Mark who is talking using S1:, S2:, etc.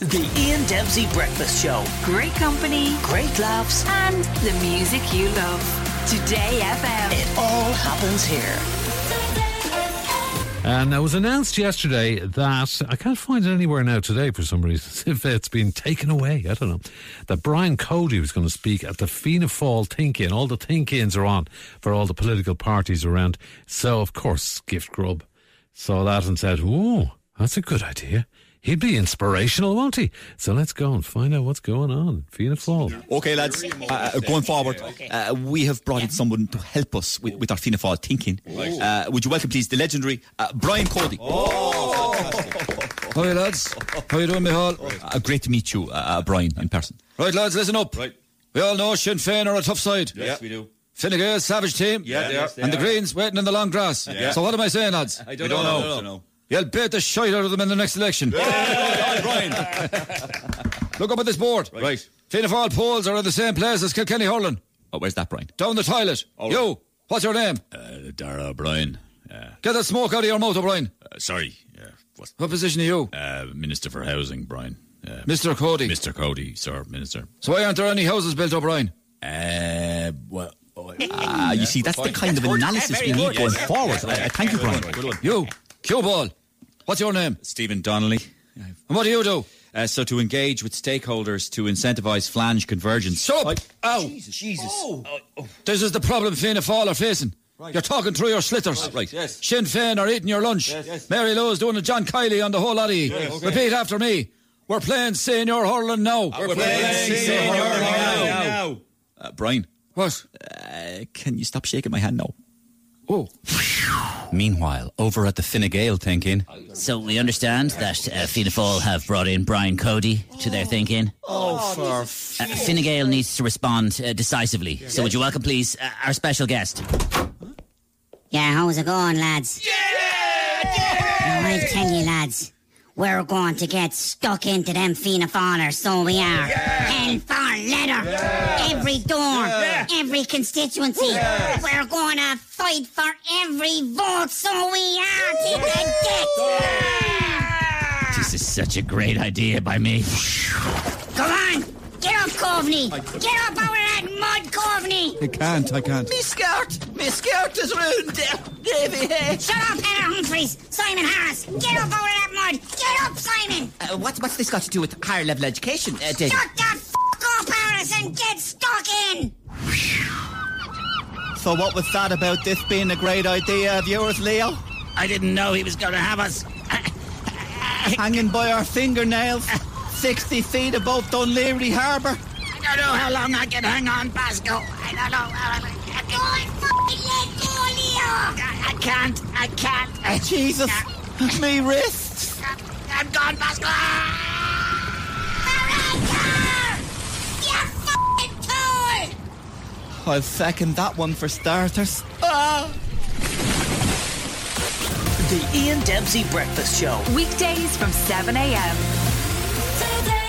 S1: The Ian Dempsey Breakfast Show.
S2: Great company
S1: Great laughs.
S2: and the music you love. Today FM.
S1: It all happens here.
S3: And it was announced yesterday that I can't find it anywhere now today for some reason. If it's been taken away, I don't know. That Brian Cody was going to speak at the Fianna Fáil Think-In. All the Think-Ins are on for all the political parties around. So of course, Gift Grub saw that and said, "Ooh, that's a good idea. He'd be inspirational, won't he?" So let's go and find out what's going on. Fianna Fáil.
S4: Okay, lads, uh, going forward, uh, we have brought in someone to help us with, with our Fianna Fáil thinking. Uh, would you welcome, please, the legendary uh, Brian Cody?
S5: Oh.
S6: How are you, lads? How you doing, Mihal?
S4: Uh, great to meet you, uh, uh, Brian, in person.
S6: Right, lads, listen up.
S7: Right.
S6: We all know Sinn Féin are a tough side.
S7: Yes, we do.
S6: Fine Gael, savage team.
S7: Yeah, they are.
S6: And the Greens waiting in the long grass.
S7: Yeah.
S6: So what am I saying, lads?
S7: I don't, know.
S4: know.
S7: I don't know.
S6: You'll beat the shite out of them in the next election.
S4: Brian.
S6: Look up at this board.
S7: Right.
S6: Fianna Fáil polls are in the same place as Kilkenny Hurling.
S4: Oh, where's that, Brian?
S6: Down the toilet. You, what's your name?
S5: Uh, Dara O'Brien.
S6: Get that smoke out of your mouth, O'Brien.
S5: Uh, sorry, uh, what?
S6: What position are you?
S5: Uh, Minister for Housing, Brian. Uh,
S6: Mr. Cody.
S5: Mr. Cody, sir, Minister.
S6: So why aren't there any houses built, O'Brien?
S5: Uh, well, oh, uh,
S4: Ah, you see, that's the kind of analysis we need going forward. Uh, uh, thank you, Brian.
S6: You, cue ball. What's your name?
S4: Stephen Donnelly.
S6: And what do you do?
S4: Uh, so to engage with stakeholders to incentivise flange convergence.
S6: Shut up!
S4: Oh, Jesus. Jesus.
S6: This is the problem Fianna Fáil are facing. You're talking through your slitters. Right,
S7: yes.
S6: Sinn Féin are eating your lunch. Mary Lowe's doing a John Kiley on the whole lot of you. Repeat after me. We're playing senior hurling now. Uh, We're
S4: now. Uh, Brian,
S6: What?
S4: uh, can you stop shaking my hand now?
S6: Oh.
S4: Meanwhile, over at the Fine Gael thinking.
S8: So we understand that uh, Fianna Fáil have brought in Brian Cody to their thinking. Oh, for uh, Fine Gael needs to respond uh, decisively. So would you welcome, please, uh, our special guest?
S9: Yeah, how's it going, lads? Now, I tell you, lads, we're going to get stuck into them Fianna Fáilers, so we are. Hell for leather. Every door, every constituency. We're going to fight for every vote, so we are. Take the dick.
S8: This is such a great idea by me.
S9: Come on, get up, Coveney. Get up out of that mud, Coveney.
S6: I can't, I can't.
S9: Shut up, Heather Humphries. Simon Harris, get up out of that mud. Get up, Simon.
S8: Uh, what's, what's this got to do with higher level education, uh, David?
S9: Shut the f up, Harris, and get stuck in.
S4: So, what was that about this being a great idea of yours, Leo?
S8: I didn't know he was going to have us.
S4: Hanging by our fingernails, 60 feet above Dunleary Harbour.
S8: I don't know how long I can hang on, Pascal. I don't know how long. I
S9: Go and fucking let go, Leo.
S8: I- I can't. I can't. I
S4: Jesus, me wrists.
S8: I'm gone, Pascal.
S9: Marika! You fucking tool.
S4: I'll second that one for starters.
S1: The Ian Dempsey Breakfast Show.
S2: Weekdays from 7 a.m.